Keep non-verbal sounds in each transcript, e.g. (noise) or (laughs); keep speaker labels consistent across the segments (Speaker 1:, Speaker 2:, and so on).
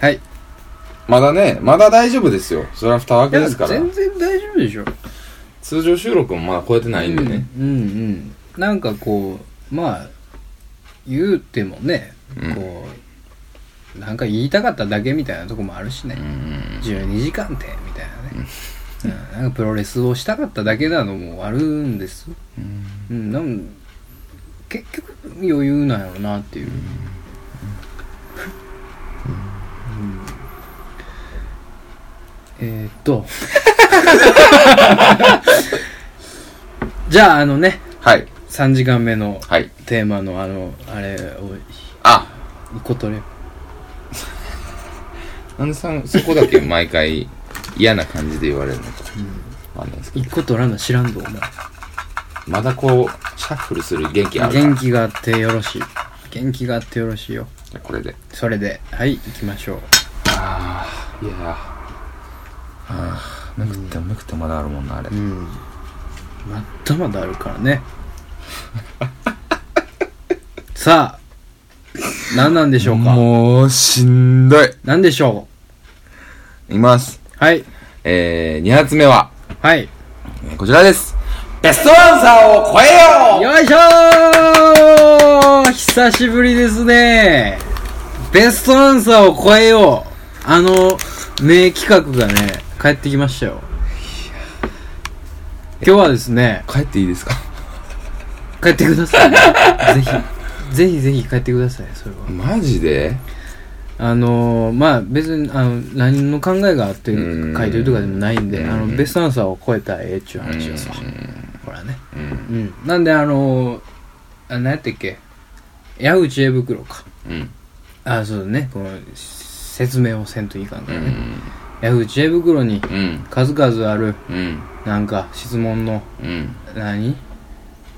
Speaker 1: はい。
Speaker 2: まだね、まだ大丈夫ですよ。それは二枠ですから。
Speaker 1: 全然大丈夫でしょ。
Speaker 2: 通常収録もまだ超えてないんでね。
Speaker 1: うんうんうん。なんかこう、まあ、言うてもね、
Speaker 2: うん
Speaker 1: こう、なんか言いたかっただけみたいなとこもあるしね。
Speaker 2: うん。
Speaker 1: 12時間って、みたいなね。うん、なんかプロレスをしたかっただけなのもあるんですよ。うん、なん結局余裕なんやろなっていう、うんえー、っとじゃああのね
Speaker 2: はい。
Speaker 1: 3時間目の
Speaker 2: はい。
Speaker 1: テーマのあのあれを
Speaker 2: あ、
Speaker 1: 一個取れ
Speaker 2: なんでさん、そこだけ毎回嫌な感じで言われるのか。わかんないですけど。
Speaker 1: 一個取らんの知らんぞ
Speaker 2: まだこう、シャッフルする元気
Speaker 1: お
Speaker 2: あ
Speaker 1: 前
Speaker 2: るから
Speaker 1: 元気があってよろしい元気があってよろしいよ
Speaker 2: じゃあこれで。
Speaker 1: それではい行きましょう
Speaker 2: ああ、いやー。ああ、なくてもなくてもまだあるもんな、あれ。
Speaker 1: うんまだまだあるから
Speaker 2: (laughs)
Speaker 1: ねさあ何なんでしょうか
Speaker 2: もう、しんどい。
Speaker 1: 何でしょ
Speaker 2: いきます。
Speaker 1: うはい
Speaker 2: えー、二発目は、
Speaker 1: はいよ
Speaker 2: えーこちらです。ベストアンサーを超えよ
Speaker 1: いしょー久しぶりですねベストアンサーを超えようあの名企画がね帰ってきましたよ今日はですね
Speaker 2: う帰っていいですか
Speaker 1: 帰ってください、ね、 (laughs) ぜひぜひぜひ帰ってくださいそれは
Speaker 2: マジで
Speaker 1: あのー、まあ別にあの何の考えがあって
Speaker 2: うん
Speaker 1: 書いてるとかでもないんで
Speaker 2: うん
Speaker 1: あのベストアンサーを超えたらええっちゅう話をさ
Speaker 2: う
Speaker 1: ほらね
Speaker 2: ん。
Speaker 1: うんなんであのー、あ何やったっけ矢口江袋か
Speaker 2: うん。
Speaker 1: あそうだねこの説明をせんといかんか
Speaker 2: う
Speaker 1: らね、
Speaker 2: ん。
Speaker 1: 矢口江袋に
Speaker 2: うん。
Speaker 1: 数々ある
Speaker 2: うん。
Speaker 1: なんか質問の
Speaker 2: うん。
Speaker 1: 何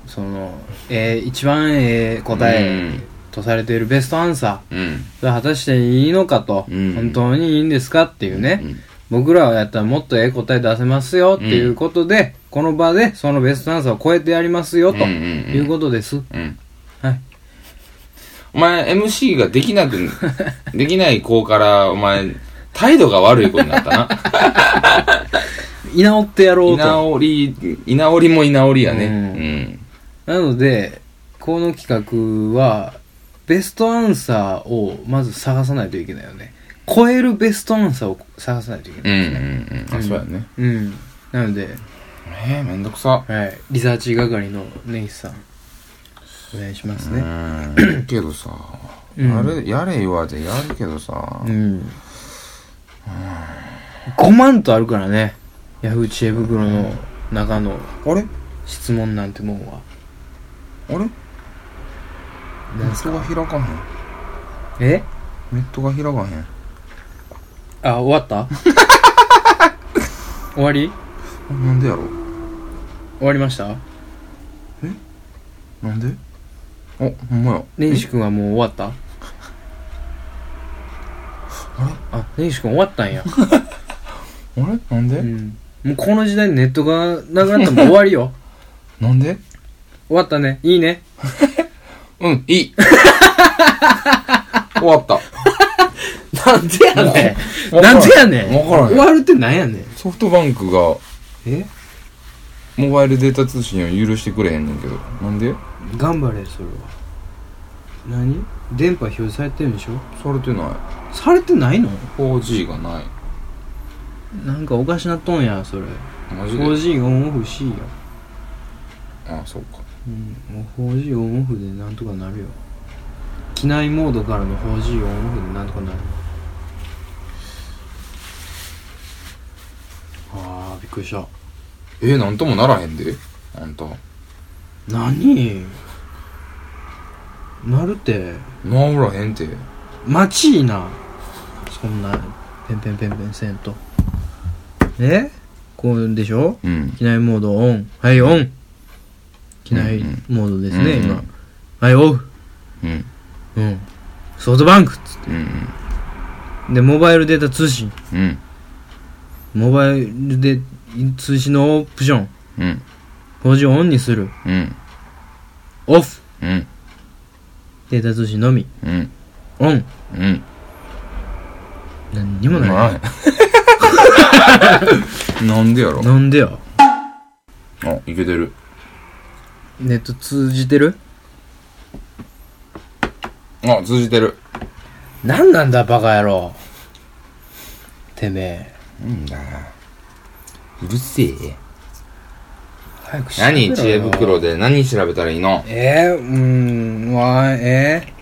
Speaker 1: その、えー一番ええ答
Speaker 2: う
Speaker 1: え
Speaker 2: ん
Speaker 1: とされているベストアンサー
Speaker 2: うん。
Speaker 1: それ果たしていいのかと、
Speaker 2: うん
Speaker 1: 本当にいいんですかっていうね、
Speaker 2: うん
Speaker 1: 僕らはやったらもっとええ答え出せますよっていうことで、この場でそのベストアンサーを超えてやりますよと
Speaker 2: うんうんうん
Speaker 1: いうことです。
Speaker 2: うん。
Speaker 1: はい。
Speaker 2: お前、MC ができなく、できない子から、お前、態度が悪い子になったな。
Speaker 1: 居直ってやろ
Speaker 2: 居
Speaker 1: うと。
Speaker 2: 直り、居直りも居直りや
Speaker 1: う
Speaker 2: ね。
Speaker 1: なので、この企画は、ベストアンサーをまず探さないといけないよね。超えるベストアンサーを探さないといけ
Speaker 2: う。
Speaker 1: なんい。
Speaker 2: うんうんうん。あ、そうやね。
Speaker 1: うん。なので、
Speaker 2: えー、めんどくさ。
Speaker 1: はい。リサーチ係の根岸さん、お願いしますね。
Speaker 2: うん。けどさ、
Speaker 1: うん
Speaker 2: やれ、やれ言われてやるけどさ
Speaker 1: う、ん。5万とあるからね。ヤフー知恵袋の中の
Speaker 2: あれ
Speaker 1: 質問なんてもんは。
Speaker 2: あれネ
Speaker 1: なん
Speaker 2: ットが開かへん。
Speaker 1: え
Speaker 2: ネットが開かへん。
Speaker 1: あ、終わった (laughs) 終わり
Speaker 2: なんでやろう
Speaker 1: 終わりました
Speaker 2: なんでお、ほんまや。
Speaker 1: 根岸くんはもう終わったあ、根岸くん終わったんや。
Speaker 2: あれなんで、
Speaker 1: うん。もうこの時代にネットがなくなったらもう終わりよ。
Speaker 2: なんで
Speaker 1: 終わったね。いいね。
Speaker 2: うん、い (laughs) い。終わった。
Speaker 1: なんでやねん。
Speaker 2: わから
Speaker 1: な
Speaker 2: ん
Speaker 1: んでやねん。
Speaker 2: わからん
Speaker 1: 終わるってなんやねん。
Speaker 2: ソフトバンクが
Speaker 1: え
Speaker 2: モバイルデータ通信を許してくれへんねんけど。なんで
Speaker 1: 頑張れそれは何電波表示されてるんでしょ
Speaker 2: されてない。
Speaker 1: されてないの
Speaker 2: 4G がない。
Speaker 1: なんかおかしなっとんやそれ
Speaker 2: マジで
Speaker 1: 4G オンオフしいよ、
Speaker 2: あそうか。
Speaker 1: うん、もう 4G オンオフでなんとかなるよ機内モードからの 4G オンオフでなんとかなるあーびっくりした
Speaker 2: えー、なんともならへんで。あんた。
Speaker 1: 何なるって
Speaker 2: 治らへんて。
Speaker 1: 待ちいいなそんなペンペンペンペンせんとえこうでしょ
Speaker 2: うん。
Speaker 1: 機内モードオンはいオン機内モードですね、
Speaker 2: うんうん
Speaker 1: 今はいオフ
Speaker 2: うん。
Speaker 1: うんソフトバンクっつっ
Speaker 2: うん。
Speaker 1: てでモバイルデータ通信
Speaker 2: うん。
Speaker 1: モバイルで通信のオプション
Speaker 2: うん。
Speaker 1: 4G オンにする
Speaker 2: うん。
Speaker 1: オフ
Speaker 2: うん。
Speaker 1: データ通信のみ
Speaker 2: うん。
Speaker 1: オン
Speaker 2: うん。
Speaker 1: 何にもない、
Speaker 2: ない (laughs) なんでやろ
Speaker 1: なんでよ
Speaker 2: あいけてる
Speaker 1: ネット通じてる
Speaker 2: あ通じてる
Speaker 1: なんなんだバカ野郎てめえ
Speaker 2: うんだうるせえ
Speaker 1: 早くし
Speaker 2: 何知恵袋で何調べたらいいの
Speaker 1: えー、うーんわえ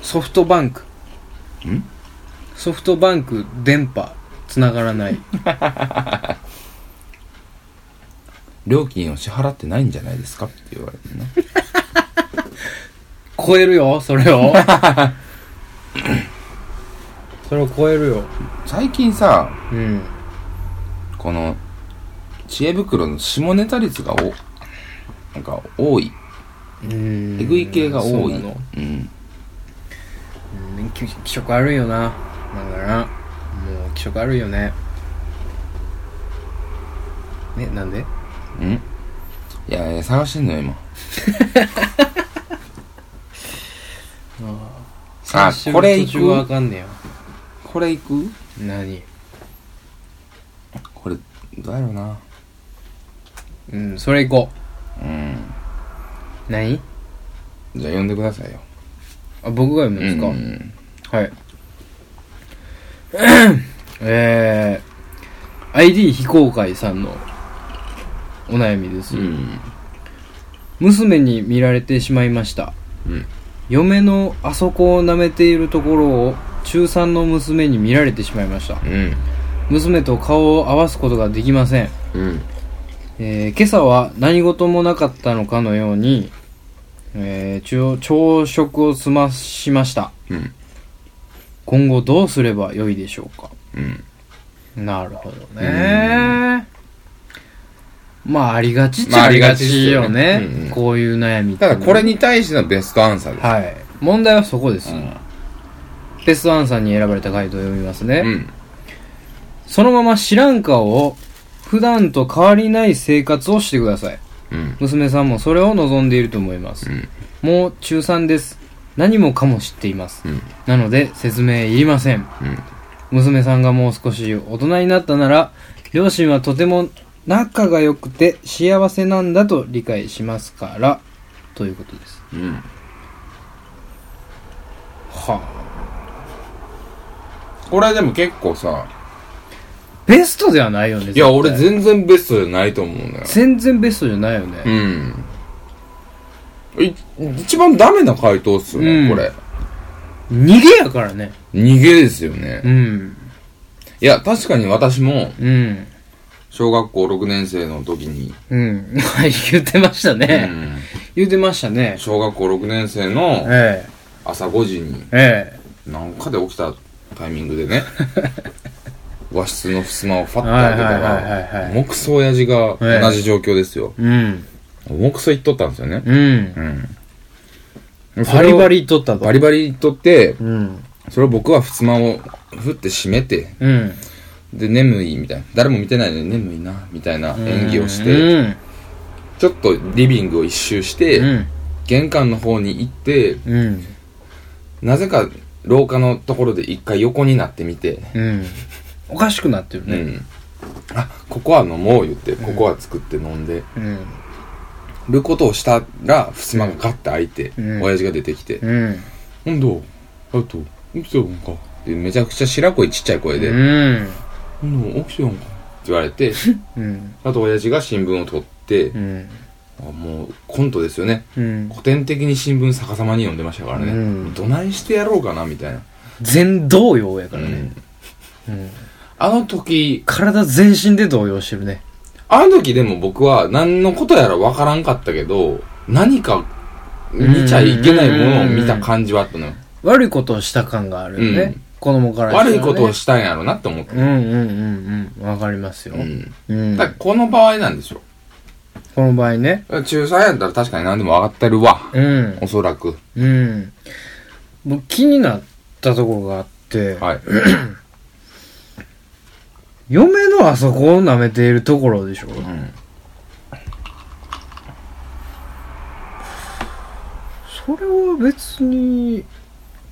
Speaker 1: ー、ソフトバンク
Speaker 2: ん
Speaker 1: ソフトバンク電波つながらない
Speaker 2: 料金を支払ってないんじゃないですかって言われてね
Speaker 1: 超えるよそれ
Speaker 2: (laughs)
Speaker 1: をそれを超えるよ
Speaker 2: 最近さ
Speaker 1: うん
Speaker 2: この知恵袋の下ネタ率がおなんか多いえ
Speaker 1: え
Speaker 2: ぐい系が
Speaker 1: そ
Speaker 2: 多
Speaker 1: う
Speaker 2: い
Speaker 1: なの
Speaker 2: うん
Speaker 1: うん気気色悪いよななんかなもう気色悪いよねねなんで
Speaker 2: うんいやいや探してんのよ今あこれ
Speaker 1: 途中わ
Speaker 2: 行く
Speaker 1: かんねえよ
Speaker 2: これ行く
Speaker 1: 何
Speaker 2: これどうやろうな
Speaker 1: うんそれ行こ
Speaker 2: うん
Speaker 1: う何
Speaker 2: じゃあ呼んでくださいよ
Speaker 1: あ僕が読むんですか、
Speaker 2: うん
Speaker 1: はい。 (coughs) えー、ID 非公開さんのお悩みです。
Speaker 2: うん
Speaker 1: 娘に見られてしまいました。
Speaker 2: うん
Speaker 1: 嫁のあそこを舐めているところを中3の娘に見られてしまいました。
Speaker 2: うん
Speaker 1: 娘と顔を合わすことができません。
Speaker 2: うん
Speaker 1: えー今朝は何事もなかったのかのように、えー朝朝食を済ましました。
Speaker 2: うん
Speaker 1: 今後どうすればよいでしょうか
Speaker 2: うん
Speaker 1: なるほどね。まあ、ありがちっち
Speaker 2: まあ
Speaker 1: ゃあ
Speaker 2: あ
Speaker 1: り
Speaker 2: り
Speaker 1: が
Speaker 2: がちっ
Speaker 1: ち
Speaker 2: す
Speaker 1: よ
Speaker 2: よね
Speaker 1: ね
Speaker 2: うんう。ん
Speaker 1: こういう悩みって
Speaker 2: た
Speaker 1: いうのは
Speaker 2: だこれ。に対してのベストアンサーです、
Speaker 1: はい。問題はそこです
Speaker 2: う。ん
Speaker 1: ベストアンサーに選ばれた回答を読みますね。
Speaker 2: うん
Speaker 1: そのまま知らん顔を、普段と変わりない生活をしてください。
Speaker 2: うん
Speaker 1: 娘さんもそれを望んでいると思います。
Speaker 2: うん
Speaker 1: もう中3です。何もかも知っています。
Speaker 2: うん
Speaker 1: なので、説明いりません。
Speaker 2: うん
Speaker 1: 娘さんがもう少し大人になったなら両親はとても仲が良くて幸せなんだと理解しますからということです
Speaker 2: うん
Speaker 1: はあ
Speaker 2: これでも結構さ
Speaker 1: ベストではないよね絶
Speaker 2: い
Speaker 1: 対
Speaker 2: や俺全然ベストじゃないと思うんだよ
Speaker 1: 全然ベストじゃないよね、
Speaker 2: うんい一番ダメな回答っすよね、
Speaker 1: うん
Speaker 2: これ
Speaker 1: 逃げやからね
Speaker 2: 逃げですよね、
Speaker 1: うん
Speaker 2: いや確かに私も
Speaker 1: うん
Speaker 2: 小学校6年生の時に、
Speaker 1: うん、 (laughs) はい言ってました
Speaker 2: う
Speaker 1: ね、
Speaker 2: ん
Speaker 1: 言ってましたね
Speaker 2: 小学校6年生の
Speaker 1: え
Speaker 2: 朝5時に
Speaker 1: えええ
Speaker 2: なんかで起きたタイミング
Speaker 1: (laughs)
Speaker 2: でね和室の襖をファッと開けた
Speaker 1: はいはいはいはいは
Speaker 2: ら
Speaker 1: い
Speaker 2: もくそ親父が同じ状況ですよ
Speaker 1: うん
Speaker 2: もくそ言っとったんですよね
Speaker 1: うん
Speaker 2: うん
Speaker 1: バリバ
Speaker 2: リ
Speaker 1: リ取ったと
Speaker 2: バリバリ言っとって
Speaker 1: うん
Speaker 2: それを僕は襖をふって閉めて
Speaker 1: うん
Speaker 2: で眠いみたいな誰も見てないのに眠いなみたいな演技をし
Speaker 1: う
Speaker 2: て
Speaker 1: ん
Speaker 2: ちょっとリビングを一周して、
Speaker 1: うん
Speaker 2: 玄関の方に行って
Speaker 1: うん
Speaker 2: なぜか廊下のところで一回横になってみて、
Speaker 1: うんおかしくなってる
Speaker 2: う
Speaker 1: ね
Speaker 2: ん、あここは飲もう言ってここは作って飲んで
Speaker 1: うん
Speaker 2: ることをしたら襖がガッて開いて、
Speaker 1: うん
Speaker 2: 親父が出てきて
Speaker 1: うん
Speaker 2: 「うんどうあと起きてたんか」ってめちゃくちゃ白子いちっちゃい声で「
Speaker 1: うん
Speaker 2: うんどう起きてたんか」って言われて
Speaker 1: うん
Speaker 2: あと親父が新聞を取って
Speaker 1: う、ん
Speaker 2: あもうコントですよね
Speaker 1: うん
Speaker 2: 古典的に新聞逆さまに読んでましたからね、
Speaker 1: うん
Speaker 2: どないしてやろうかなみたいな、
Speaker 1: 全動揺やから
Speaker 2: う
Speaker 1: ね
Speaker 2: ん
Speaker 1: うん
Speaker 2: あの時
Speaker 1: 体全身で動揺してるね
Speaker 2: あの時でも僕は何のことやらわからんかったけど何か見ちゃいけないものを見た感じはあったのよ、
Speaker 1: 悪いことをした感があるよね
Speaker 2: うん
Speaker 1: 子供からしたら
Speaker 2: 悪
Speaker 1: ね
Speaker 2: いことをしたんやろなって思った、
Speaker 1: うんうんうんうんわかりますよ
Speaker 2: うん、
Speaker 1: うん
Speaker 2: だからこの場合なんでしょ
Speaker 1: この場合ね
Speaker 2: 仲裁やったら確かに何でも分かってるわ、
Speaker 1: うん
Speaker 2: おそらく
Speaker 1: うん僕気になったところがあって
Speaker 2: はい
Speaker 1: 嫁のあそこを舐めているところでしょ
Speaker 2: うん
Speaker 1: それは別に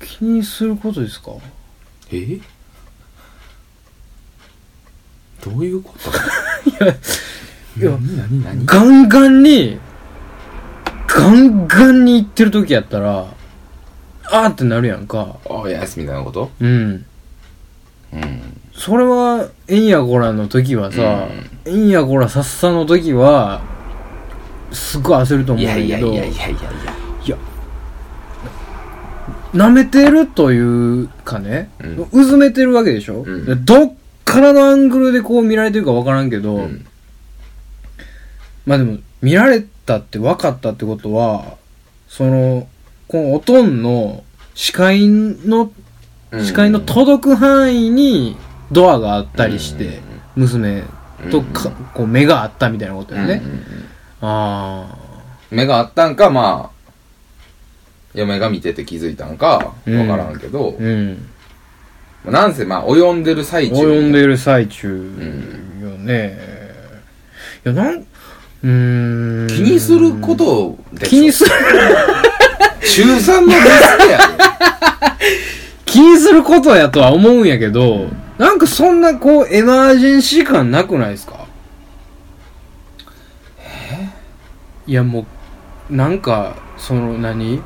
Speaker 1: 気にすることですか
Speaker 2: えどういう
Speaker 1: (laughs)
Speaker 2: こと
Speaker 1: いや
Speaker 2: 何何何
Speaker 1: ガンガンに、ガンガンに行ってる時やったら、あーってなるやんか。
Speaker 2: おやすみたいなこと
Speaker 1: うん。
Speaker 2: うん。
Speaker 1: それは、えんやこらの時はさ、えんやこらさっさの時は、すっごい焦ると思
Speaker 2: いうや
Speaker 1: ん
Speaker 2: い
Speaker 1: だけ
Speaker 2: やいや
Speaker 1: ど
Speaker 2: い、やいやいや。
Speaker 1: 舐めてるというかね、
Speaker 2: うん
Speaker 1: うずめてるわけでしょ、
Speaker 2: うん
Speaker 1: でどっからのアングルでこう見られてるかわからんけど、
Speaker 2: うん。
Speaker 1: まあでも、見られたって分かったってことは、その、このおとんの視界の、視界の届く範囲にドアがあったりして、娘とか、こう目があったみたいなこと
Speaker 2: う
Speaker 1: よ
Speaker 2: ん、
Speaker 1: ね
Speaker 2: う。んうん
Speaker 1: あ
Speaker 2: 目があったんか、まあ、嫁が見てて気づいたんか、わからんけど、
Speaker 1: あ、うん。
Speaker 2: まあなんせ、まあ、及んでる最中。
Speaker 1: 及んでる最中よね。いや、なん、うーん。
Speaker 2: 気にすることで
Speaker 1: 気にする、
Speaker 2: 中3のリス
Speaker 1: (laughs)
Speaker 2: クや。
Speaker 1: 気にすることやとは思うんやけど、なんかそんなこう、エマージェンシー感なくないですかいやもう、なんか、その何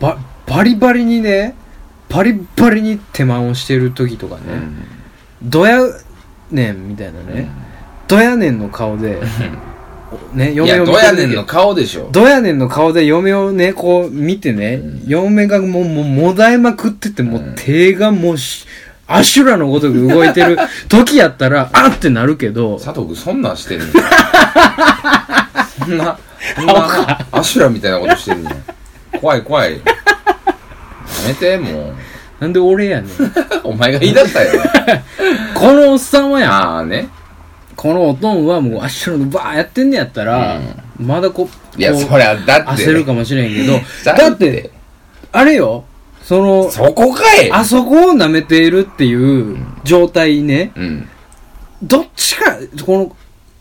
Speaker 1: ば、バリバリにね、バリバリに手間をしてる時とか
Speaker 2: う
Speaker 1: ね、
Speaker 2: ん
Speaker 1: どやねんみたいなね、どやねんの顔で、ね、
Speaker 2: い
Speaker 1: 嫁
Speaker 2: や、
Speaker 1: を
Speaker 2: ど
Speaker 1: 見て
Speaker 2: や
Speaker 1: る
Speaker 2: ね
Speaker 1: 時
Speaker 2: んの顔でしょ。
Speaker 1: ドヤネンの顔で嫁をね、こう見てね、
Speaker 2: う
Speaker 1: 嫁がもう、もう、もだえまくってて、も
Speaker 2: う
Speaker 1: うん手がもうし、アシュラのごとく動い
Speaker 2: (laughs)
Speaker 1: てる時やったら、あってなるけど、
Speaker 2: 佐藤君そんなんして
Speaker 1: (laughs)
Speaker 2: んねんそんなそん
Speaker 1: 顔
Speaker 2: なアシュラみたいなことしてんねん怖い怖いやめてもう
Speaker 1: なんで俺
Speaker 2: (laughs)
Speaker 1: やねん。こ
Speaker 2: お前が言い出したよ
Speaker 1: (laughs) のおっさんはやん。
Speaker 2: ああね
Speaker 1: このおとんはもうアシュラのバーやってんねやったら、まだこう、
Speaker 2: いや
Speaker 1: こう
Speaker 2: そりゃだって
Speaker 1: 焦るかもしれんけ
Speaker 2: (laughs)
Speaker 1: ど、だ
Speaker 2: だ
Speaker 1: っ
Speaker 2: ってて、
Speaker 1: あれよ、その、
Speaker 2: そこかい
Speaker 1: あそこを舐めているっていう状態ね、
Speaker 2: うん
Speaker 1: どっちか、この、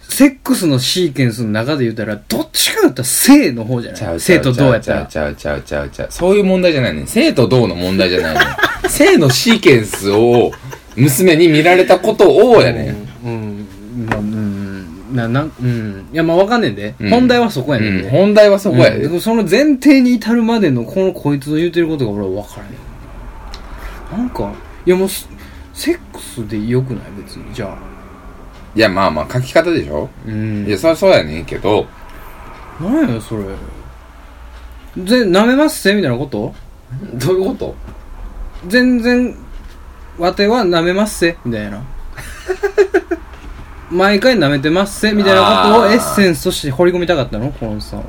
Speaker 1: セックスのシーケンスの中で言ったら、どっちかだったら性の方じゃ
Speaker 2: ちゃ
Speaker 1: な
Speaker 2: う
Speaker 1: い性とどうやっ
Speaker 2: ち
Speaker 1: た
Speaker 2: ゃう
Speaker 1: ら。
Speaker 2: ちゃうちゃうちゃうちゃうそういう問題じゃないねん生とどうの問題じゃない
Speaker 1: (laughs)
Speaker 2: ねん生のシーケンスを娘に見られたことをやねん
Speaker 1: うん。うん。まあ、うん。な、なん、うん。いや、まあわかんねんで。
Speaker 2: うん
Speaker 1: 本題はそこやねん
Speaker 2: うん
Speaker 1: で。
Speaker 2: 本題はそこや
Speaker 1: うんで
Speaker 2: で
Speaker 1: もその前提に至るまでの、このこいつの言うてることが俺はわからへん。なんか、いやもうす、セックスでよくない別に。じゃあ。
Speaker 2: いやまあまあ書き方でしょ
Speaker 1: うん。
Speaker 2: いや、そりゃそうやねんけど、
Speaker 1: なんやねんそれ。ぜ、舐めますせみたいなこと
Speaker 2: どういうこと
Speaker 1: 全然わては舐めますせみ (laughs) たいな毎回舐めてますせみたいなことを
Speaker 2: あー
Speaker 1: エッセンスとして掘り込みたかったのこのさんは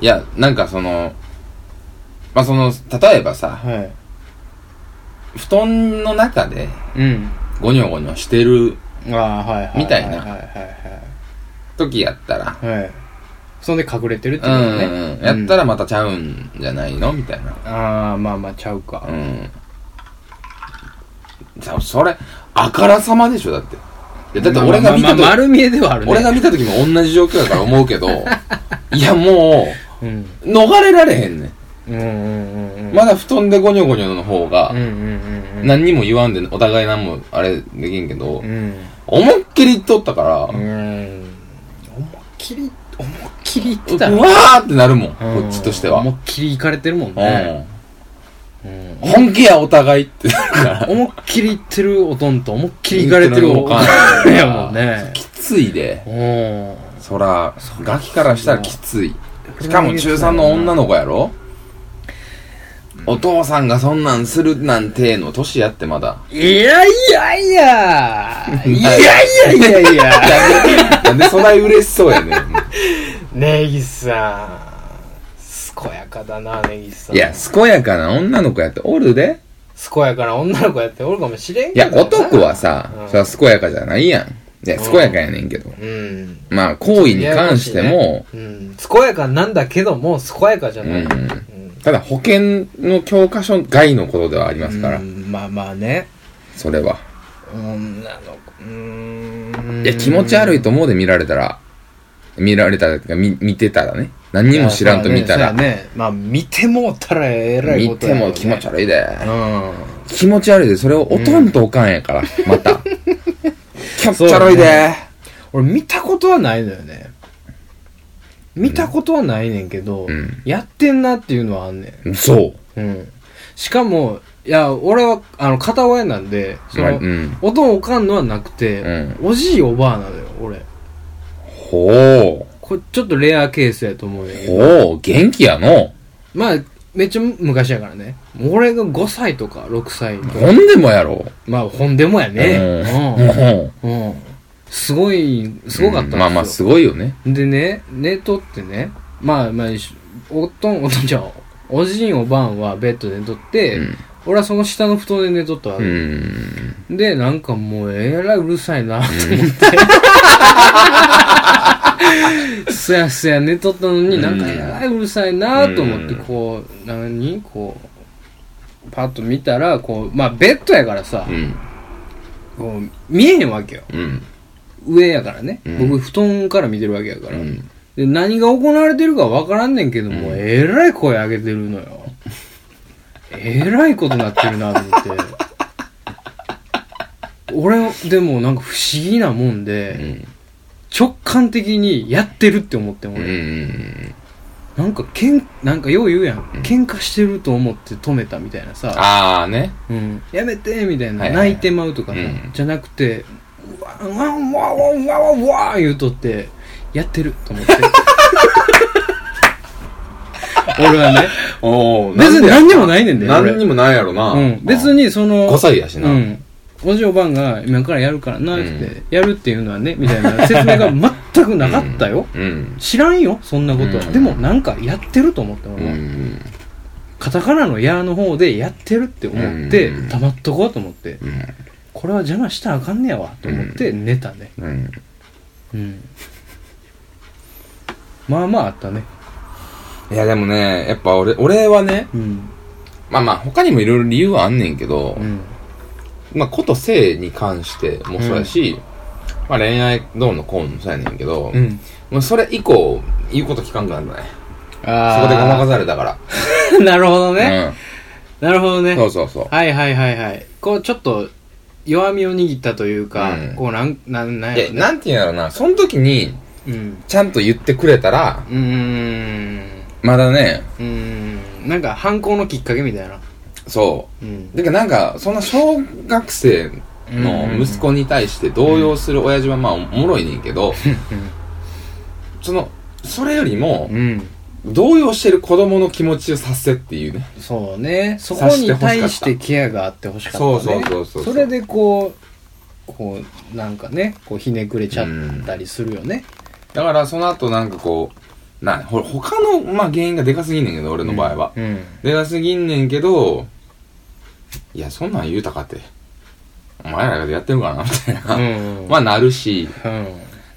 Speaker 1: い
Speaker 2: や、なんかその、まあその、例えばさ、
Speaker 1: はい
Speaker 2: 布団の中で、
Speaker 1: うん
Speaker 2: ゴニョゴニョしてる
Speaker 1: ああはいはい
Speaker 2: みたいな
Speaker 1: はいはい
Speaker 2: 時やったら、
Speaker 1: はいはいそんで隠れてるって
Speaker 2: う
Speaker 1: こと
Speaker 2: ん、
Speaker 1: ね、
Speaker 2: うん、やったらまたちゃうんじゃないのみたいな。
Speaker 1: ああまあまあちゃうか、
Speaker 2: うん。さそれ、あからさまでしょ、だって。いや、だって俺が見
Speaker 1: まあまあま
Speaker 2: た
Speaker 1: あ
Speaker 2: 時、
Speaker 1: 丸見えではあるね
Speaker 2: 俺が見た時も同じ状況やから思うけど、いや、も
Speaker 1: うん
Speaker 2: う、逃れられへんね。
Speaker 1: うんうんうんうんん
Speaker 2: まだ布団でゴニョゴニョの方が
Speaker 1: うん、うんうん
Speaker 2: 何にも言わんで、お互い何もあれできんけど
Speaker 1: う、ん
Speaker 2: 思いっきり言っとったから、
Speaker 1: うんうん思いっきり思いっきり言ってた
Speaker 2: う
Speaker 1: な
Speaker 2: わーってなるもん、こっちとしては。
Speaker 1: 思いっきりいかれてるもんねうん
Speaker 2: うん本気や、お互いって (laughs) なるから。
Speaker 1: (laughs) 思いっきり言ってるおとんと思いっきりいかれてるおかん
Speaker 2: (laughs)
Speaker 1: やもんね。
Speaker 2: きついで。
Speaker 1: う
Speaker 2: そら、ガキからしたらきつい。
Speaker 1: ん。
Speaker 2: しかも中3の女の子やろお父さんがそんなんするなんての年やってまだ。
Speaker 1: (laughs) いやいやいやいやいやいやいや
Speaker 2: (laughs) なんでそない嬉しそうや
Speaker 1: (laughs)
Speaker 2: ねん。
Speaker 1: ネギさん。健やかだな、ネギさん。
Speaker 2: いや、健やかな女の子やっておるで。
Speaker 1: 健やかな女の子やっておるかもしれん
Speaker 2: い
Speaker 1: け
Speaker 2: や、
Speaker 1: どな。
Speaker 2: 男はさ
Speaker 1: うん、
Speaker 2: そら健やかじゃないやん。いや、健やかやねんけど。
Speaker 1: うん。
Speaker 2: まあ、行為に関しても、
Speaker 1: うん。健やかなんだけども、健やかじゃない。
Speaker 2: うん
Speaker 1: うん
Speaker 2: ただ保険の教科書外のことではありますから、
Speaker 1: うんまあまあね。
Speaker 2: それは。
Speaker 1: 女の子。うーん。
Speaker 2: いや、気持ち悪いと思うで見られたら、見られたらというか、見、見てたらね。何にも知らんと見たら、
Speaker 1: いやそうやねそうやねまあ見てもうたらえらい
Speaker 2: 見
Speaker 1: こと
Speaker 2: て
Speaker 1: やよね
Speaker 2: も気持ち悪いで、
Speaker 1: うん
Speaker 2: 気気持ち悪いで、それをおとんとおかんやから、
Speaker 1: (laughs)
Speaker 2: また。キャッチャロい
Speaker 1: そう
Speaker 2: で。
Speaker 1: 俺見たことはないのよね見たことはないねんけど、
Speaker 2: うん
Speaker 1: やってんなっていうのはあんねん
Speaker 2: そう。
Speaker 1: うん。しかも、いや、俺は、あの、片親なんで、そ
Speaker 2: まあ
Speaker 1: の、
Speaker 2: うん。
Speaker 1: おとんおかんのはなくて、
Speaker 2: う
Speaker 1: おじいおばあなのよ、俺。
Speaker 2: ほう。
Speaker 1: これ、ちょっとレアケースやと思うんやけど。
Speaker 2: ほう、元気やの。
Speaker 1: まあ、めっちゃ昔やからね。俺が5歳とか6歳とか。
Speaker 2: ほんでもやろ。
Speaker 1: まあ、ほんでもや
Speaker 2: うん。
Speaker 1: ね。
Speaker 2: もう
Speaker 1: うん。うん。すごい、すごかったんですよ。
Speaker 2: うんまあまあ、すごいよね。
Speaker 1: でね、寝とってね、まあまあ、おとん、おとんちゃん、おじいおばんはベッドで寝とって、
Speaker 2: うん
Speaker 1: 俺はその下の布団で寝とったわ
Speaker 2: う
Speaker 1: け。
Speaker 2: ん。
Speaker 1: で、なんかもう、えらいうるさいなと思って。すやすや寝とったのに、なんかえらいうるさいなと思って、
Speaker 2: うん
Speaker 1: こう、何こう、パッと見たら、こう、まあ、ベッドやからさ
Speaker 2: う、ん。
Speaker 1: こう見えへんわけよ。
Speaker 2: うん。
Speaker 1: 上やからね。
Speaker 2: うん
Speaker 1: 僕、布団から見てるわけやか
Speaker 2: う
Speaker 1: ら。
Speaker 2: ん。
Speaker 1: で、何が行われてるかわからんねんけども、えらい声上げてるのよ。えらいことなってるなと思って。俺、でもなんか不思議なもん
Speaker 2: う
Speaker 1: で、
Speaker 2: ん。
Speaker 1: 直感的にやってるって思っても、
Speaker 2: うん。う
Speaker 1: 俺
Speaker 2: ん
Speaker 1: なんかけん、なんかよう言うやん。喧嘩してると思って止めたみたいなさ、
Speaker 2: ああね。
Speaker 1: うん、やめてみたいな、
Speaker 2: はいはいはい
Speaker 1: 泣いてまうとかさ、
Speaker 2: うん
Speaker 1: じゃなくて、うわ、うわ、うわ、うわ、うわ、うわ、言うとって、やってると思って。俺はね。
Speaker 2: おお
Speaker 1: 別に何にもないねんで。
Speaker 2: 何にもないやろな。
Speaker 1: 俺うん。別にその、
Speaker 2: 5歳やし
Speaker 1: う
Speaker 2: な。
Speaker 1: ん。おじおばんが今からやるからな、っ
Speaker 2: うん
Speaker 1: て、やるっていうのはね、みたいな説明が全くなかったよ。
Speaker 2: うん。
Speaker 1: 知らんよ、そんなことは。
Speaker 2: うん
Speaker 1: でもなんかやってると思って、俺
Speaker 2: う
Speaker 1: は。
Speaker 2: ん。
Speaker 1: カタカナの矢の方でやってるって思って、
Speaker 2: うん
Speaker 1: 黙っとこうと思って。
Speaker 2: うん。
Speaker 1: これは邪魔したらあかんねやわと思って寝たね
Speaker 2: うん。
Speaker 1: うん、まあまああったね
Speaker 2: いやでもね、やっぱ俺、俺はね、
Speaker 1: うん
Speaker 2: まあまあ他にもいろいろ理由はあんねんけど、
Speaker 1: うん
Speaker 2: まあこと性に関してもそうやし、まあ恋愛どうのこうのもそうやねんけど、
Speaker 1: うん
Speaker 2: もうそれ以降、言うこと聞かんくなるね。そこでごまか
Speaker 1: あ
Speaker 2: されたから。
Speaker 1: あ (laughs) なるほどね、なるほど
Speaker 2: う
Speaker 1: ね
Speaker 2: ん。そうそうそう。
Speaker 1: はいはいはいはいこうちょっと弱みを握ったというか、
Speaker 2: うん
Speaker 1: こうなんなんなんや
Speaker 2: で、
Speaker 1: ろね
Speaker 2: なんて言うんやろな、その時に、
Speaker 1: うん
Speaker 2: ちゃんと言ってくれたら、
Speaker 1: うーん
Speaker 2: まだね、
Speaker 1: うーんなんか反抗のきっかけみたいな
Speaker 2: そ
Speaker 1: うん
Speaker 2: う。てかなんか、そんな小学生の息子に対して動揺する親父はまあおもろいねんけ (laughs) ど、その、それよりも
Speaker 1: う、ん
Speaker 2: 動揺してる子供の気持ちを察せっていうね。
Speaker 1: そうねそこに対してケアがあってほしかった、ね、
Speaker 2: そうそうそうそう
Speaker 1: それでこうこうなんかねこうひねくれちゃったりするよね
Speaker 2: だからその後なんかこう、な、ほ他の、まあ原因がでかすぎんねんけど、俺の場合は。
Speaker 1: うん
Speaker 2: でかすぎんねんけど、いや、そんなん言うたかて。お前らがやってるからな、みたいな。
Speaker 1: う
Speaker 2: (laughs)
Speaker 1: ん
Speaker 2: まあなるし、
Speaker 1: うん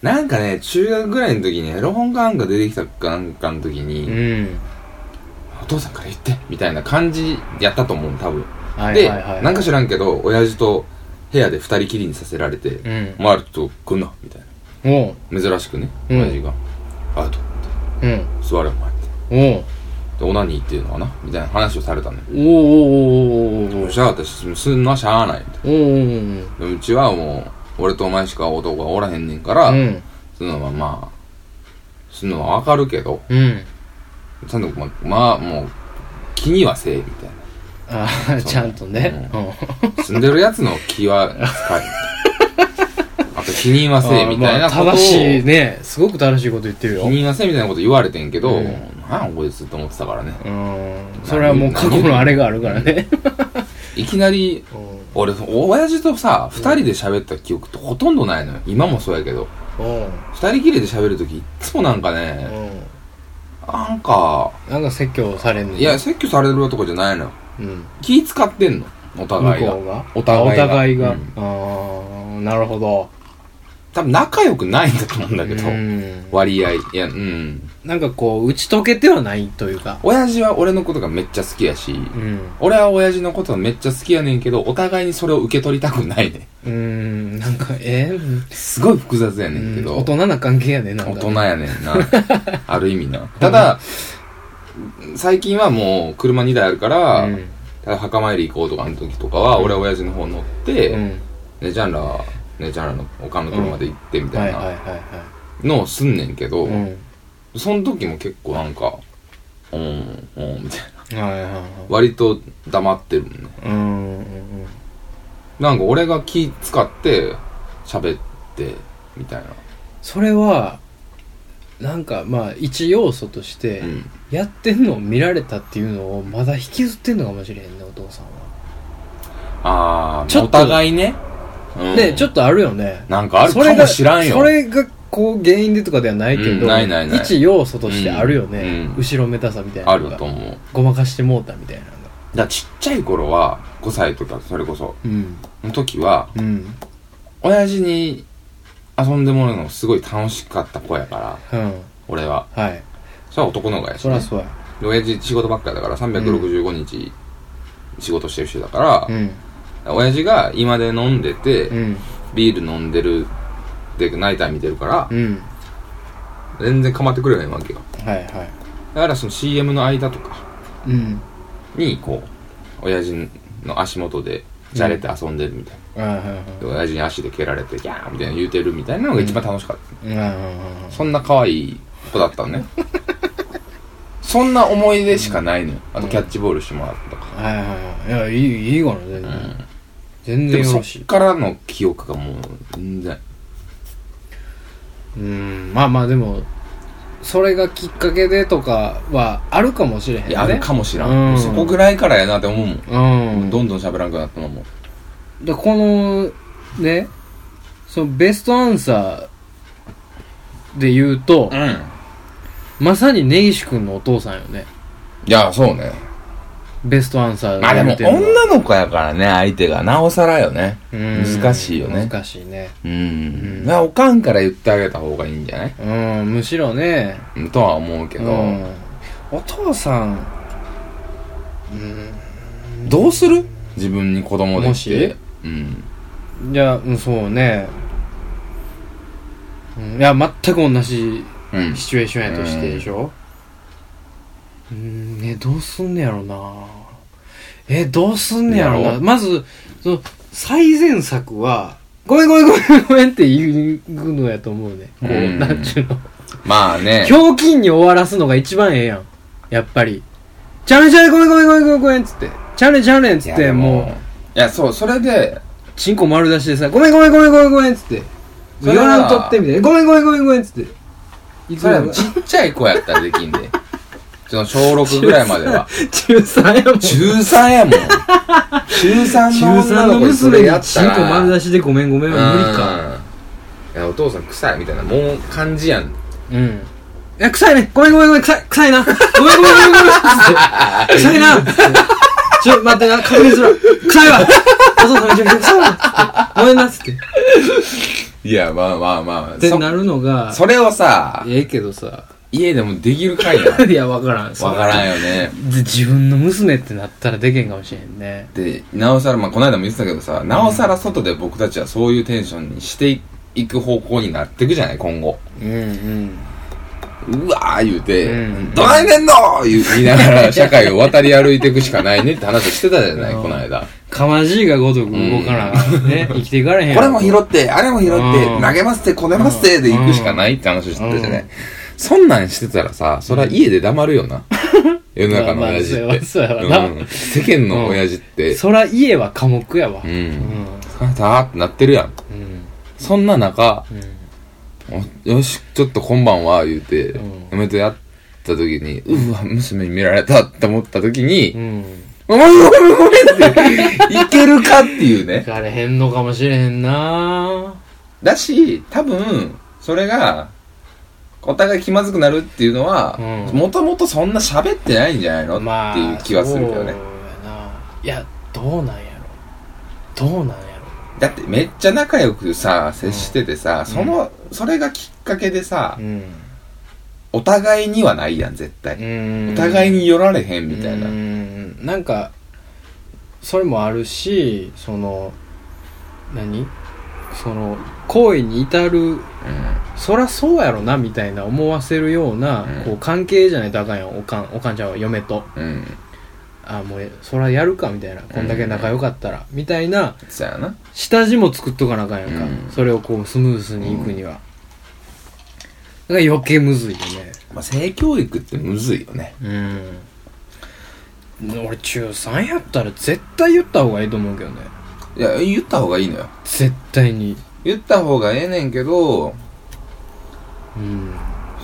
Speaker 2: なんかね、中学ぐらいの時にエロ本かなんか出てきたかなんかの時に、
Speaker 1: うん
Speaker 2: お父さんから言って、みたいな感じやったと思うの、多分。
Speaker 1: はい
Speaker 2: で、
Speaker 1: はいはい
Speaker 2: なんか知らんけど、親父と部屋で二人きりにさせられて、
Speaker 1: うん
Speaker 2: お前らちょっと来んな、みたいな。
Speaker 1: おう
Speaker 2: 珍しくね、
Speaker 1: うん
Speaker 2: 親父が。あ、と、
Speaker 1: うん
Speaker 2: 座れ、お前って。
Speaker 1: おう
Speaker 2: で、オナニーっていうのかなみたいな話をされたのよ。
Speaker 1: おうおうおうおうおうおうおうおう
Speaker 2: そしたら私、すんのはしゃあないみたい
Speaker 1: おう
Speaker 2: な。でうちはもう、俺とお前しか男がおらへんねんから、
Speaker 1: うん
Speaker 2: すんのはまあ、すんのはわかるけど、
Speaker 1: うん
Speaker 2: ちゃんとま、まあ、もう、気にはせえ、みたい
Speaker 1: ああちゃんとね
Speaker 2: う
Speaker 1: うん
Speaker 2: な。住んでるやつの気は使え。
Speaker 1: (laughs)
Speaker 2: あと、気にはせえ、みたいな
Speaker 1: あ
Speaker 2: こと
Speaker 1: ま
Speaker 2: を、
Speaker 1: あ正しい
Speaker 2: 気
Speaker 1: ねすごく正しいこと言ってるよ
Speaker 2: にはせえ、みたいなこと言われてんけど、
Speaker 1: うん
Speaker 2: なんやこいつと思ってたからね。
Speaker 1: うんそれはもう過去のあれがあるからね
Speaker 2: いきなり、
Speaker 1: うん
Speaker 2: 俺、親父とさ、二人で喋った記憶ってほとんどないのよ。今もそうやけど。
Speaker 1: うん
Speaker 2: 二人きりで喋るとき、いっつもなんかね、
Speaker 1: うん
Speaker 2: なんか、
Speaker 1: なんか説教されんの
Speaker 2: いや、説教されるとかじゃないのよ。
Speaker 1: うん
Speaker 2: 気使ってんの。お互い
Speaker 1: 向
Speaker 2: が
Speaker 1: こうが。
Speaker 2: お互いが。
Speaker 1: あお互いが。
Speaker 2: うん
Speaker 1: ああ、なるほど。
Speaker 2: 多分仲良くないんだと思うんだけど
Speaker 1: う、ん
Speaker 2: 割合。いや、うん。
Speaker 1: なんかこう、打ち解けてはないというか。
Speaker 2: 親父は俺のことがめっちゃ好きやし、
Speaker 1: うん。
Speaker 2: 俺は親父のことがめっちゃ好きやねんけど、お互いにそれを受け取りたくないね。
Speaker 1: うん、なんか、えー
Speaker 2: すごい複雑やねんけ
Speaker 1: うん
Speaker 2: ど。
Speaker 1: 大人な関係やね、なんか。
Speaker 2: 大人やねん
Speaker 1: (laughs)
Speaker 2: な。ある意味な。ただ、最近はもう車2台あるから、
Speaker 1: うん。
Speaker 2: だから墓参り行こうとかの時とかは、
Speaker 1: うん
Speaker 2: 俺は親父の方乗って、
Speaker 1: うん
Speaker 2: ねジャンラねジャンラのおかんの車まで行ってみた
Speaker 1: はいいはいはい
Speaker 2: な
Speaker 1: は
Speaker 2: のをすんねんけど、
Speaker 1: いうん
Speaker 2: その時も結構なんかうんうんみたいな
Speaker 1: はいはいはい
Speaker 2: 割と黙ってるもんね
Speaker 1: うんうんうん
Speaker 2: なんか俺が気使って喋ってみたいな
Speaker 1: それはなんかまあ一要素として、
Speaker 2: うん
Speaker 1: やってんのを見られたっていうのをまだ引きずってんのかもしれへんねお父さんは、
Speaker 2: あ
Speaker 1: ち
Speaker 2: あ
Speaker 1: ょっ
Speaker 2: お
Speaker 1: と
Speaker 2: 互いね
Speaker 1: でちょ
Speaker 2: っ
Speaker 1: っとあるよね
Speaker 2: なんかある
Speaker 1: それ
Speaker 2: か
Speaker 1: が
Speaker 2: もしらんよ
Speaker 1: それがこう原因でとかではないけど、
Speaker 2: うんないないない
Speaker 1: 一要素としてあるよね、
Speaker 2: うんうん
Speaker 1: 後ろめたさみたいな
Speaker 2: あ
Speaker 1: のが
Speaker 2: ると思うだか
Speaker 1: ごまかしてもうたみたいなのが
Speaker 2: らちっちゃい頃は5歳とかそれこそ
Speaker 1: うん
Speaker 2: の時は
Speaker 1: うん
Speaker 2: 親父に遊んでもらうのすごい楽しかった子やから
Speaker 1: うん
Speaker 2: 俺は
Speaker 1: はい
Speaker 2: それは男の子やし、ね、
Speaker 1: そりゃそうや
Speaker 2: で親父仕事ばっかりだから365日仕事してる人だから
Speaker 1: う、ん
Speaker 2: 親父が今で飲んでて、
Speaker 1: うん
Speaker 2: ビール飲んでるでナイター見てるから、
Speaker 1: うん
Speaker 2: 全然構ってくれないわけよ
Speaker 1: はいは
Speaker 2: だからその CM の間とか
Speaker 1: いうん
Speaker 2: にこう親父の足元でじゃれて遊んでるみたい
Speaker 1: はいはいはい
Speaker 2: な、親父に足で蹴られてギャーみたいな言うてるみたいなのが一番楽しかった、
Speaker 1: うんうん
Speaker 2: そんな可愛い子だったのね
Speaker 1: (laughs)
Speaker 2: そんな思い出しかないのよあとキャッチボールしてもらったとか、
Speaker 1: はいはいはいいやいいいいかな全然、全
Speaker 2: で
Speaker 1: 然
Speaker 2: も
Speaker 1: よ
Speaker 2: そ
Speaker 1: ろし
Speaker 2: っ
Speaker 1: い
Speaker 2: からの記憶がもう全然
Speaker 1: うんまあまあでもそれがきっかけでとかはあるかもしれへん
Speaker 2: い
Speaker 1: ね
Speaker 2: やあるかもしら
Speaker 1: うん
Speaker 2: んそこぐらいからやなって思うもん
Speaker 1: うん
Speaker 2: どんどん喋らんくなったのも
Speaker 1: でこのねそのベストアンサーで言うと、
Speaker 2: ん
Speaker 1: まさに根岸君のお父さんよね
Speaker 2: いやそうね
Speaker 1: ベストアンサー
Speaker 2: まあでも
Speaker 1: やってんのは
Speaker 2: 女の子やからね相手がなおさらよね
Speaker 1: うん
Speaker 2: 難しいよね
Speaker 1: 難しいね
Speaker 2: うんんなおかんから言ってあげた方がいいんじゃない
Speaker 1: うんむしろね
Speaker 2: うんとは思うけど
Speaker 1: うんお父さん
Speaker 2: どうする自分に子供でき
Speaker 1: もして
Speaker 2: うん
Speaker 1: いやうんそうねうんいや全く同じ
Speaker 2: うん
Speaker 1: シチュエーションやとしてでしょうんねどうすんねやろなえどうすんねやろ
Speaker 2: や
Speaker 1: な
Speaker 2: ろ
Speaker 1: まずその最善策はごめんごめんごめんごめんって言うのやと思うねこう
Speaker 2: うん
Speaker 1: なんちゅうの
Speaker 2: まあね
Speaker 1: ひょうきんに終わらすのが一番ええやんやっぱりちゃうねんちゃうねんごめんごめんごめんごめんごめんっつってちゃうねんちゃうねんっつっ
Speaker 2: いや
Speaker 1: て
Speaker 2: で
Speaker 1: もう
Speaker 2: いやそうそれで
Speaker 1: チンコ丸出しでさ、ごめんごめんごめんごめんごめんっつって、
Speaker 2: そ
Speaker 1: 言
Speaker 2: れは
Speaker 1: わらんとってみたいな、ごめんごめんごめんごめんっつって、いつ
Speaker 2: それは
Speaker 1: も (laughs)
Speaker 2: ちっちゃい子やったらできんでその小6ぐらいまでは
Speaker 1: 中3やもん。
Speaker 2: 中3やもん中3の女
Speaker 1: 3の
Speaker 2: の子にそれ
Speaker 1: 娘
Speaker 2: や
Speaker 1: に
Speaker 2: っ
Speaker 1: チ
Speaker 2: た
Speaker 1: ン
Speaker 2: ら
Speaker 1: コ丸出しでごめんごめんは無理か。
Speaker 2: うんいやお父さん臭いみたいなもう感じやん
Speaker 1: うん。いや、臭いね。ごめんごめんごめん、臭い、臭いな。ごめんごめんごめんごめんっつって、臭いな。ちょ、待ってな、確認する。臭いわ。お父さんめちゃめちゃ臭いわっつって。ごめんなっつって。っ
Speaker 2: いやまあまあまあ
Speaker 1: てなるのが、
Speaker 2: それをさ
Speaker 1: ええけどさ、
Speaker 2: 家でもできるか (laughs) いな
Speaker 1: いや、わからん。
Speaker 2: わからんよね
Speaker 1: で自分の娘ってなったらでけんかもしれんね。
Speaker 2: でなおさらまあこの間も言ってたけどさなおさら外で僕たちはそういうテンションにしていく方向になっていくじゃない今後
Speaker 1: うんうん。
Speaker 2: うわー言うて
Speaker 1: うん
Speaker 2: 「どないねんの!」言う言いながら社会を渡り歩いていくしかないねって話をしてたじゃない
Speaker 1: うん
Speaker 2: この間
Speaker 1: かまじいがごとく動かな、ね、生きていかれへん
Speaker 2: これも拾
Speaker 1: っ
Speaker 2: って、あれも拾って
Speaker 1: う、ん
Speaker 2: 投げますって、こねますって、で行くしかないって話をしてたじゃな
Speaker 1: う
Speaker 2: い。そんなんしてたらさ、それは家で黙る
Speaker 1: (laughs)
Speaker 2: よな。世の中の親父って。
Speaker 1: そうやわそうやわな
Speaker 2: うん世間の親父って。
Speaker 1: そら家は寡黙やわ
Speaker 2: う。
Speaker 1: うんん
Speaker 2: さあってなってるやん。
Speaker 1: うん
Speaker 2: そんな中、
Speaker 1: うん
Speaker 2: およし、ちょっと今晩は、言うて
Speaker 1: うん、
Speaker 2: 嫁とやった時に、うわ、娘に見られたって思った時
Speaker 1: う
Speaker 2: に、
Speaker 1: ん
Speaker 2: ごめんごめんごめんって、いけるかっていうね
Speaker 1: (laughs) 行。かれへんのかもしれへんな
Speaker 2: だし多分それがお互い気まずくなるっていうのは
Speaker 1: うん
Speaker 2: もともとそんな喋ってないんじゃないの、
Speaker 1: まあ
Speaker 2: っていう気はするけど
Speaker 1: そ
Speaker 2: ね
Speaker 1: うやないやどうなんやろどうなんや
Speaker 2: だってめっちゃ仲良くさ接しててさ、そのそれがきっかけでさ
Speaker 1: ろ、うん
Speaker 2: お互いにはないやん絶対、
Speaker 1: うん
Speaker 2: お互い
Speaker 1: に
Speaker 2: に寄られへんみたいな、
Speaker 1: うんなんかそれもあるしその何その行為に至るそらそうやろなみたいな思わせるような、
Speaker 2: うん
Speaker 1: こう関係じゃないとあかんやんおかんおかんちゃんは嫁と
Speaker 2: うんうん
Speaker 1: あもうそらやるかみたいなこんだけ仲良かったら、みたいな
Speaker 2: そうやな
Speaker 1: 下地も作っとかなあかんやんか、
Speaker 2: うん
Speaker 1: それをこうスムースにいくには、だから余計むずいよね
Speaker 2: まあ、性教育ってむずいよね
Speaker 1: うん俺中3やったら絶対言った方がいいと思うけどね
Speaker 2: いや言った方がいいのよ
Speaker 1: 絶対に
Speaker 2: 言った方がええねんけど
Speaker 1: うん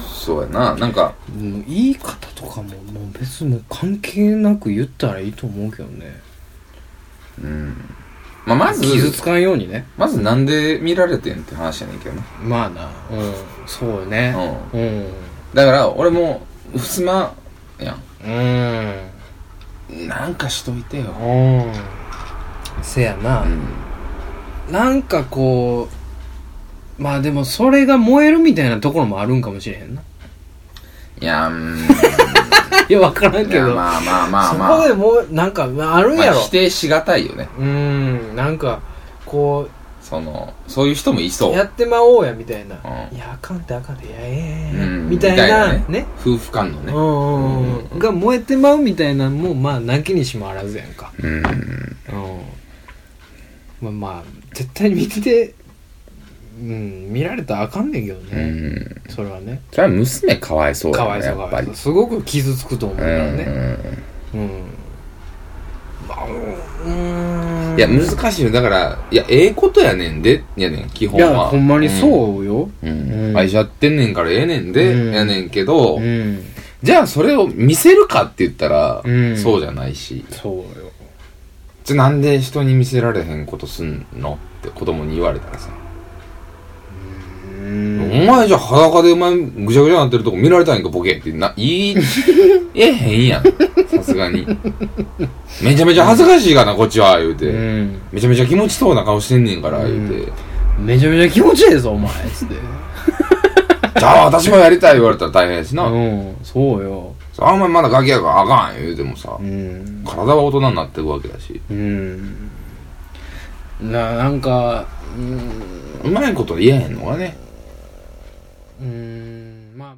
Speaker 2: そうやななんか
Speaker 1: もう言い方とかももう別にもう関係なく言ったらいいと思うけどね
Speaker 2: うんまあ、まず
Speaker 1: 傷つかんようにね
Speaker 2: まずなんで見られてんって話やねんけどね
Speaker 1: まあなうんそうよね
Speaker 2: う
Speaker 1: うん
Speaker 2: んだから俺もうすまや
Speaker 1: うん
Speaker 2: んなんかしといてよ
Speaker 1: うんせやな、
Speaker 2: うん
Speaker 1: なんかこうまあでもそれが燃えるみたいなところもあるんかもしれへんな (laughs)
Speaker 2: いやうーん
Speaker 1: いや分からん
Speaker 2: い
Speaker 1: (laughs) け
Speaker 2: や
Speaker 1: ど、
Speaker 2: まあまあまあま
Speaker 1: そこで
Speaker 2: あ
Speaker 1: もうなんかまああるん
Speaker 2: ま
Speaker 1: や
Speaker 2: あ
Speaker 1: ろ、
Speaker 2: 否定しがたいよね
Speaker 1: うんなんかこ
Speaker 2: そのそういう人もいそうう
Speaker 1: やってまおうやみたいな、
Speaker 2: うん
Speaker 1: いやあかんってあかんっていやええ
Speaker 2: う
Speaker 1: え
Speaker 2: ん
Speaker 1: みたいな
Speaker 2: みたいな
Speaker 1: ね
Speaker 2: 夫婦間の
Speaker 1: う
Speaker 2: ね
Speaker 1: んうんうんうんが燃えてまうみたいなんもまあなきにしもあらずやんか
Speaker 2: うん
Speaker 1: うんまあまあ絶対に見ててうん見られたらあかんねんけど
Speaker 2: う
Speaker 1: ね、
Speaker 2: ん
Speaker 1: それはね
Speaker 2: それは娘かわいそう
Speaker 1: か
Speaker 2: だ
Speaker 1: わ
Speaker 2: よ
Speaker 1: い
Speaker 2: ね
Speaker 1: そう
Speaker 2: や
Speaker 1: か
Speaker 2: っぱ
Speaker 1: わい
Speaker 2: り
Speaker 1: そうすごく傷つくと思う
Speaker 2: う
Speaker 1: からね
Speaker 2: ん
Speaker 1: うん、まあうん
Speaker 2: いや難しいよだからいやええことやねんでやねん基
Speaker 1: い
Speaker 2: 本は
Speaker 1: やほんまにそうよ、
Speaker 2: うん、う
Speaker 1: うん
Speaker 2: ん、愛し合ってんねんからええねんで、
Speaker 1: うん
Speaker 2: やねんけど、
Speaker 1: うん
Speaker 2: じゃあそれを見せるかって言ったら、
Speaker 1: うん
Speaker 2: そうじゃないし
Speaker 1: そうよ
Speaker 2: じゃあなんで人に見せられへんことすんのって子供に言われたらさ、お前じゃあ裸でお前ぐちゃぐちゃなってるとこ見られたいんかボケってな言い (laughs) 言えへんやんさすがにめちゃめちゃ恥ずかしいがなこっちは言うて、
Speaker 1: うん
Speaker 2: めちゃめちゃ気持ちそうな顔してんねんから言うて、
Speaker 1: めちゃめちゃ気持ちいいぞお前つって
Speaker 2: じゃあ私もやりたい言われたら大変や (laughs) しな、
Speaker 1: うんそうよ
Speaker 2: さあお前まだガキやからあかん言うてもさ、
Speaker 1: うん
Speaker 2: 体は大人になっていくわけだし
Speaker 1: うんななんかうん
Speaker 2: うまいこと言えへんのがね
Speaker 1: うんまあ